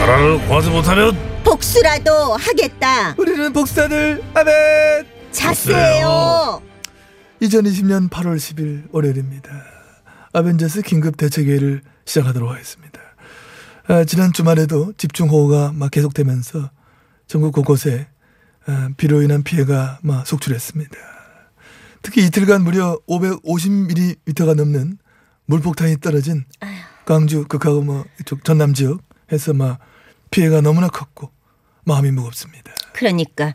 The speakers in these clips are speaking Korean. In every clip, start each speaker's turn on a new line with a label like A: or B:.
A: 나라를 구하지 못하면
B: 복수라도 하겠다.
C: 우리는 복사들 아멘.
B: 자세요.
C: 2020년 8월 10일 월요일입니다. 아벤져스 긴급 대책회의를 시작하도록 하겠습니다. 아, 지난 주말에도 집중호우가 막 계속되면서 전국 곳곳에 아, 비로 인한 피해가 막 속출했습니다. 특히 이틀간 무려 550mm가 넘는 물폭탄이 떨어진 광주 극하고 뭐 이쪽 전남 지역 해서 막 피해가 너무나 컸고 마음이 무겁습니다.
B: 그러니까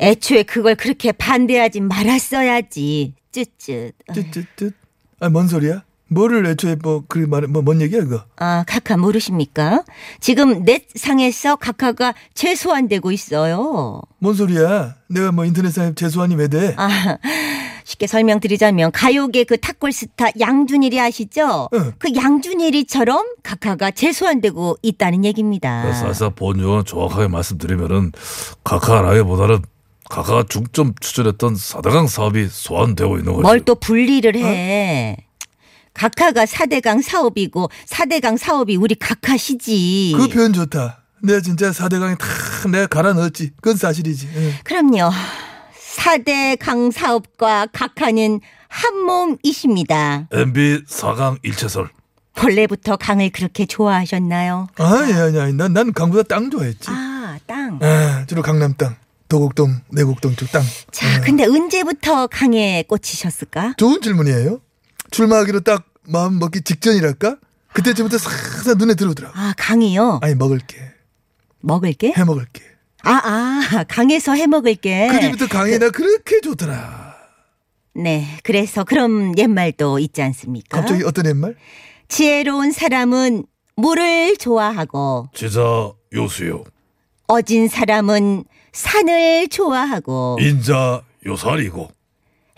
B: 애초에 그걸 그렇게 반대하지 말았어야지. 쯧쯧.
C: 쯧쯧쯧. 아뭔 소리야? 뭐를 애초에 뭐그말뭐뭔 얘기야 그거?
B: 아, 카카 모르십니까? 지금 넷 상에서 카카가 최소한되고 있어요.
C: 뭔 소리야? 내가 뭐 인터넷상에 재수하니 왜 돼?
B: 아, 쉽게 설명드리자면 가요계 그 탁골 스타 양준일이 아시죠?
C: 응.
B: 그 양준일이처럼 카카가 재소환되고 있다는 얘기입니다.
A: 그 사실상 본유언 정확하게 말씀드리면은 카카라기보다는 카카가 중점 추진했던 사대강 사업이 소환되고 있는 거죠.
B: 뭘 또 분리를
C: 어?
B: 해? 카카가 4대강 사업이고 4대강 사업이 우리 카카시지.
C: 그 표현 좋다. 내가 진짜 사대강에 다 내가 갈아 넣었지. 그건 사실이지. 예. 응.
B: 그럼요. 4대강 사업과 카카는 한 몸이십니다.
A: MB 4강 일체설.
B: 본래부터 강을 그렇게 좋아하셨나요?
C: 아니 아니 아니 난, 난 강보다 땅 좋아했지.
B: 아, 땅.
C: 아, 주로 강남 땅, 도곡동, 내곡동 쪽 땅.
B: 자, 근데 언제부터 강에 꽂히셨을까?
C: 좋은 질문이에요. 출마하기로 딱 마음 먹기 직전이랄까? 그때쯤부터 싹싹 눈에 들어오더라.
B: 아, 강이요?
C: 아니 먹을게,
B: 먹을 게?
C: 해 먹을게.
B: 아, 아, 강에서 해 먹을 게.
C: 그때부터 강이 나 그렇게 좋더라.
B: 네, 그래서 그럼 옛말도 있지 않습니까?
C: 갑자기 어떤 옛말?
B: 지혜로운 사람은 물을 좋아하고
A: 지자 요수요.
B: 어진 사람은 산을 좋아하고
A: 인자 요살이고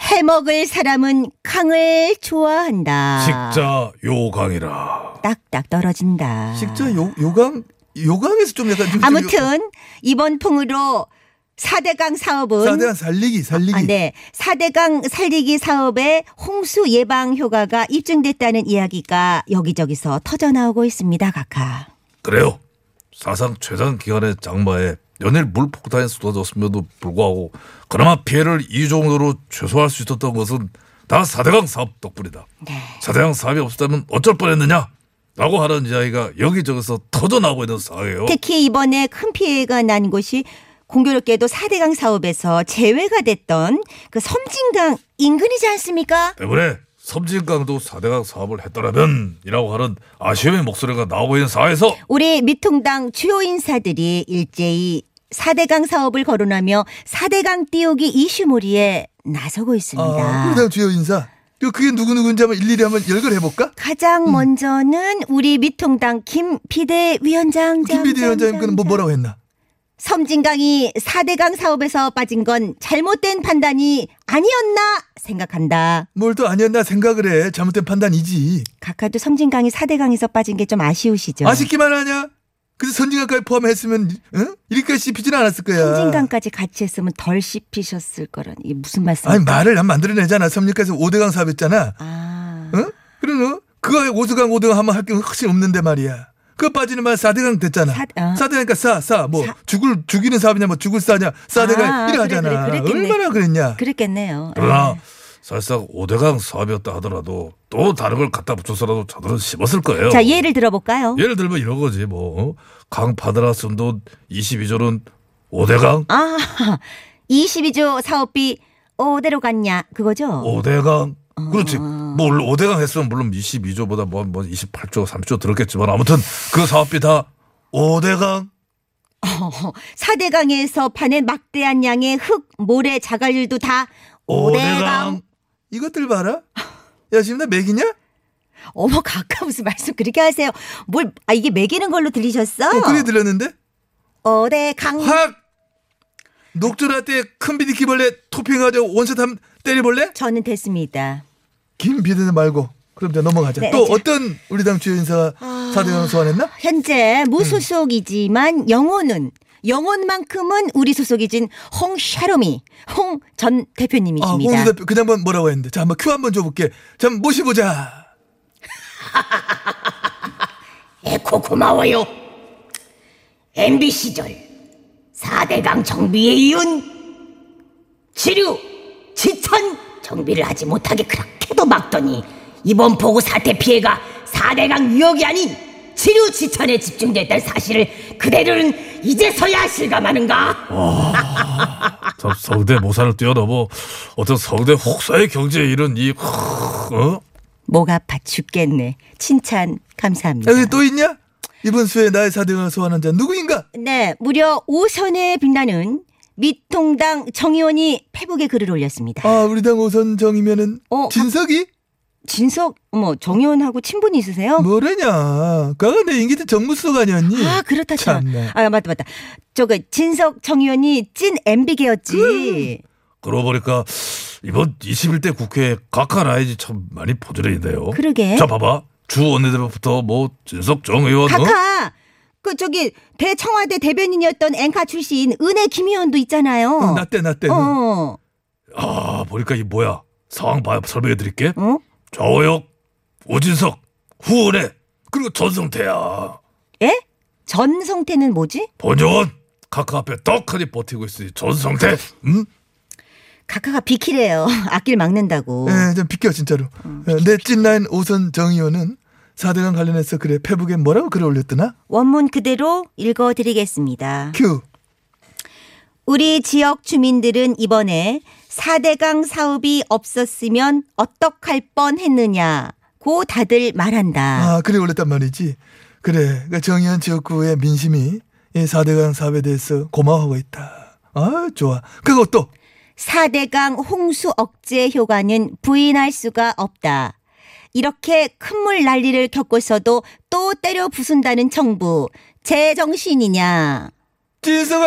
B: 해먹을 사람은 강을 좋아한다.
A: 식자 요강이라.
B: 딱딱 떨어진다.
C: 식자 요, 요강 요강에서 좀 약간 좀
B: 아무튼 이번 풍으로 4대강 사업은
C: 사대한 살리기 살리기
B: 아, 네. 4대강 살리기 사업의 홍수 예방 효과가 입증됐다는 이야기가 여기저기서 터져나오고 있습니다, 각하.
A: 그래요. 사상 최장 기간의 장마에 연일 물폭탄이 쏟아졌음에도 불구하고 그나마 피해를 이 정도로 최소화할 수 있었던 것은 다 사대강 사업 덕분이다.
B: 네.
A: 사대강 사업이 없었다면 어쩔 뻔했느냐? 라고 하는 이야기가 여기저기서 터져나오고 있는 상황이에요.
B: 특히 이번에 큰 피해가 난 곳이 공교롭게도 4대강 사업에서 제외가 됐던 그 섬진강 인근이지 않습니까?
A: 때문에 섬진강도 사대강 사업을 했더라면 이라고 하는 아쉬움의 목소리가 나오고 있는 사회에서
B: 우리 미통당 주요 인사들이 일제히 4대강 사업을 거론하며 4대강 띄우기 이슈몰이에 나서고 있습니다.
C: 아, 그다음 주요 인사 그- 그게 누구 누구인지 한번 일일이 한번 열거해 볼까? 음.
B: 가장 먼저는 우리 미통당 김 비대위원장. 장,
C: 김비대
B: 장,
C: 위원장님 그는 뭐
B: 장,
C: 뭐라고 했나?
B: 섬진강이 4대강 사업에서 빠진 건 잘못된 판단이 아니었나 생각한다.
C: 뭘 또 아니었나 생각을 해 잘못된 판단이지
B: 각하도 섬진강이 4대강에서 빠진 게 좀 아쉬우시죠?
C: 아쉽기만 하냐? 그래서 선진강까지 포함했으면 응? 이렇게까지 씹히진 않았을 거야.
B: 섬진강까지 같이 했으면 덜 씹히셨을 거란 이게 무슨 말씀이세요?
C: 아니 말을 안 만들어내잖아 섬유가에서 5대강 사업했잖아.
B: 아,
C: 응? 그러는 그거 오수강 오등 하면 할게 확실히 없는데 말이야. 그거 빠지는 말 사대강 됐잖아.
B: 사- 아.
C: 사대강이니까 싸, 싸. 뭐
B: 사-
C: 죽을 죽이는 사업이냐, 뭐 죽을 싸냐, 사대강
B: 아,
C: 이래
B: 그래,
C: 하잖아.
B: 그래, 그랬겠네.
C: 얼마나 그랬냐.
B: 그랬겠네요.
A: 그러나 사실상 5대강 사업이었다 하더라도 또 다른 걸 갖다 붙여서라도 저들은 씹었을 거예요.
B: 자, 예를 들어볼까요?
A: 예를 들면 이런 거지 뭐 강파드라 쓴돈 22조는 5대강
B: 아, 22조 사업비 어디로 갔냐? 그거죠?
A: 5대강
B: 아.
A: 그렇지 뭐, 물론 5대강 했으면 물론 22조보다 뭐, 뭐 28조 30조 들었겠지만 아무튼 그 사업비 다 5대강
B: 사대강에서 파낸 막대한 양의 흙, 모래, 자갈들도 다 오대강.
C: 이것들 봐라. 야, 지금 나 맥이냐? 어,
B: 어머 가까 무슨 말씀 그렇게 하세요? 뭘 아 이게 매기는 걸로 들리셨어?
C: 어, 그게 들렸는데?
B: 어대 강
C: 확! 녹조라떼 큰 비디키벌레 토핑하자고 원샷 한 때려볼래?
B: 저는 됐습니다.
C: 긴 비디는 말고 그럼 이제 넘어가자.
B: 네, 아.
C: 또
B: 자.
C: 어떤 우리 당 주요 인사가 사대강 소환했나?
B: 현재
C: 음.
B: 무소속이지만 영혼은 영혼만큼은 우리 소속이진 홍샤롬이 홍 전
C: 아,
B: 대표님이십니다.
C: 홍수 대표 그 양반 뭐라고 했는데 자 한번 큐 한번 줘볼게. 자 한번 모셔보자.
D: 에코 고마워요. MB 시절 4대강 정비에 이은 지류, 지천 정비를 하지 못하게 그렇게도 막더니 이번 보고 사태 피해가 4대강 위협이 아닌 지류 지천에 집중됐다는 사실을 그대들은 이제서야 실감하는가?
A: 참 성대 모사를 뛰어넘어 어떤 성대 혹사의 경지에 이른 이 어?
B: 목 아파 죽겠네. 칭찬 감사합니다.
C: 야, 여기 또 있냐? 이번 수에 나의 사대강 소환한 자 누구인가?
B: 네, 무려 5선에 빛나는 미통당 정의원이 페북에 글을 올렸습니다.
C: 아 우리 당 오선 정이면은
B: 어,
C: 진석이
B: 진석, 어머, 정의원하고 친분이 있으세요?
C: 뭐, 뭐래냐? 그가 내 인기 때 정무수석 아니었니?
B: 어. 아, 그렇다, 참.
C: 참나.
B: 아, 맞다, 맞다. 저거, 진석 정의원이 찐 MB계였지.
A: 그러고 보니까 이번 21대 국회 각하 라인이 참 많이 포즈레인데요.
B: 그러게.
A: 자 봐봐 주 원내대표부터 뭐 진석 정 의원 어?
B: 카카! 그, 저기, 대청와대 대변인이었던 앵카 출신 은혜 김희원도 있잖아요.
C: 어, 나때 나때.
B: 어,
A: 아 보니까 이 뭐야 상황 봐 설명해 드릴게.
B: 어?
A: 좌우혁 오진석 후은혜 그리고 전성태야
B: 예? 전성태는 뭐지?
A: 본정원 각하 앞에 떡하니 버티고 있으니 전성태 응?
B: 카카가 비키래요. 앞길 막는다고.
C: 예, 좀 비껴 진짜로. 예, 내 찐라인 오선 정의원은 4대강 관련해서 그래 페북에 뭐라고 글을 올렸더나?
B: 원문 그대로 읽어드리겠습니다.
C: 큐.
B: 우리 지역 주민들은 이번에 4대강 사업이 없었으면 어떡할 뻔 했느냐고 다들 말한다.
C: 아, 글이 올렸단 말이지. 그래. 그 정의원 지역구의 민심이 이 4대강 사업에 대해서 고마워하고 있다. 아, 좋아. 그거 또.
B: 4대강 홍수 억제 효과는 부인할 수가 없다. 이렇게 큰 물 난리를 겪고서도 또 때려 부순다는 정부. 제정신이냐.
C: 진섭아!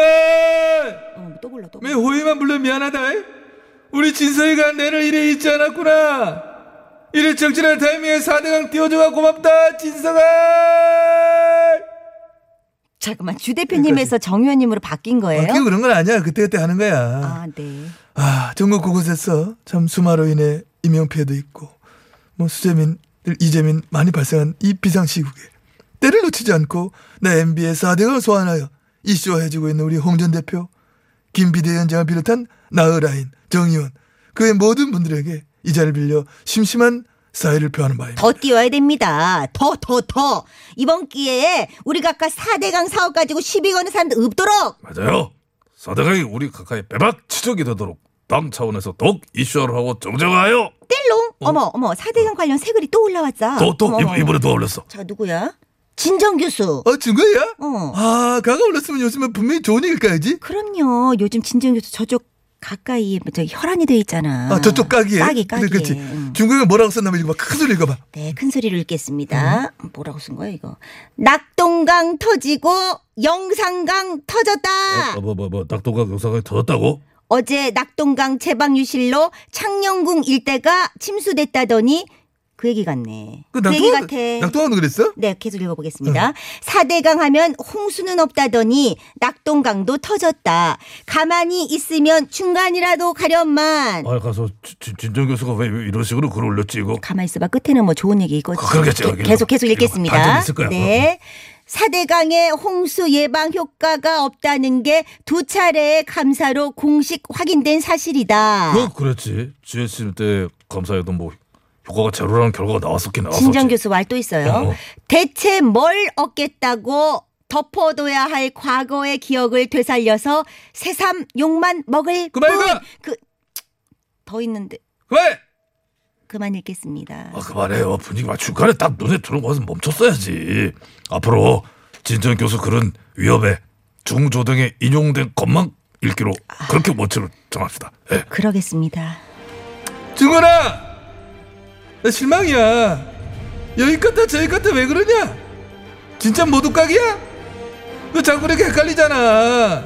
B: 어, 또 불러, 또
C: 왜 호의만 불러 미안하다. 우리 진서이가 내를 이래 잊지 않았구나. 이래 적절한 타이밍에 4대강 띄워줘가 고맙다, 진서가!
B: 잠깐만, 주 대표님에서 정 의원님으로 바뀐 거예요?
C: 바뀌고 그런 건 아니야. 그때그때 하는 거야.
B: 아, 네.
C: 아, 전국 곳곳에서 참 수마로 인해 인명피해도 있고, 뭐 수재민, 이재민 많이 발생한 이 비상시국에 때를 놓치지 않고 나 MB의 4대강을 소환하여 이슈화해주고 있는 우리 홍 전 대표, 김 비대위원장을 비롯한 나의라인, 정의원, 그의 모든 분들에게 이 자리를 빌려 심심한 사의를 표하는 바입니다.
B: 더 뛰어야 됩니다. 더, 더, 더. 이번 기회에 우리가 아까 4대강 사업 가지고 시비 거는 사람들 없도록
A: 맞아요 사대강이 우리 각하의 빼박 치적이 되도록 당 차원에서 더욱 이슈화를 하고 정정하여
B: 뗄롱. 어. 머 어머, 4대강 관련 새 글이 또 올라왔자.
A: 또또
B: 어머, 어머, 어머.
A: 이번에 더 올렸어
B: 자, 누구야? 진정 교수.
C: 어, 증거야?
B: 어.
C: 아, 가가 올랐으면 요즘은 분명히 좋은 얘기일까야지?
B: 그럼요. 요즘 진정 교수 저쪽 가까이 저 혈안이 돼 있잖아.
C: 아, 저쪽 까기에.
B: 까기, 까기.
C: 그래, 그렇지.
B: 어. 응.
C: 중국에 뭐라고 썼나 봐. 이거 봐. 큰 소리 읽어봐.
B: 네, 큰 소리로 읽겠습니다. 뭐라고 쓴 거야, 이거? 낙동강 터지고 영산강 터졌다.
A: 뭐뭐뭐 뭐, 뭐, 낙동강 영상이 터졌다고?
B: 어제 낙동강 제방 유실로 창녕궁 일대가 침수됐다더니 그 얘기 같네. 그, 얘기 같아.
C: 낙동강도 그랬어?
B: 네, 계속 읽어보겠습니다. 사대강 하면 홍수는 없다더니 낙동강도 터졌다. 가만히 있으면 중간이라도 가련만.
A: 아 가서 지- 지- 진정 교수가 왜 이런 식으로 글을 올렸지 이거
B: 가만히 있어봐. 끝에는 뭐 좋은 얘기 이거지.
A: 그러겠죠,
B: 게-
A: 여기는.
B: 계속 계속 읽겠습니다.
A: 반전이 있을 거야, 어,
B: 네. 사대강의 홍수 예방 효과가 없다는 게 두 차례의 감사로 공식 확인된 사실이다.
A: 그 그랬지 GSM 때 감사에도 뭐 효과가 제로라는 결과가 나왔었긴 나왔었지
B: 진정 교수 말 또 있어요.
A: 어.
B: 대체 뭘 얻겠다고 덮어둬야 할 과거의 기억을 되살려서 새삼 욕만 먹을
C: 그만
B: 뿐.
C: 읽어!
B: 그, 더 있는데
C: 그만!
B: 그만 읽겠습니다.
A: 아 그만해요 분위기 맞출까에 딱 눈에 들어와서 멈췄어야지 앞으로 진정 교수 글은 위험해 중조등에 인용된 것만 읽기로 그렇게 원칙을 정합시다 예.
B: 그러겠습니다.
C: 증원아! 나 실망이야. 여기 끝에 저기 끝에 왜 그러냐? 진짜 모두깍이야? 너 자꾸 이렇게 헷갈리잖아.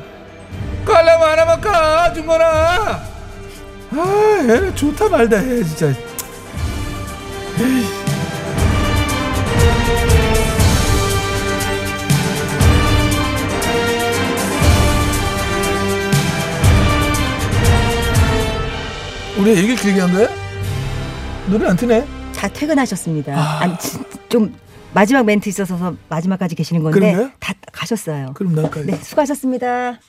C: 깔라면 하나만 까, 중건아. 아, 애 좋다 말다 해, 진짜. 우리 얘기를 길게 한 거야? 노래 안 트네?
E: 자 퇴근하셨습니다. 아니, 진- 좀 마지막 멘트 있어서 마지막까지 계시는 건데
C: 그런가요?
E: 다 가셨어요.
C: 그럼 나까지.
E: 네 수고하셨습니다.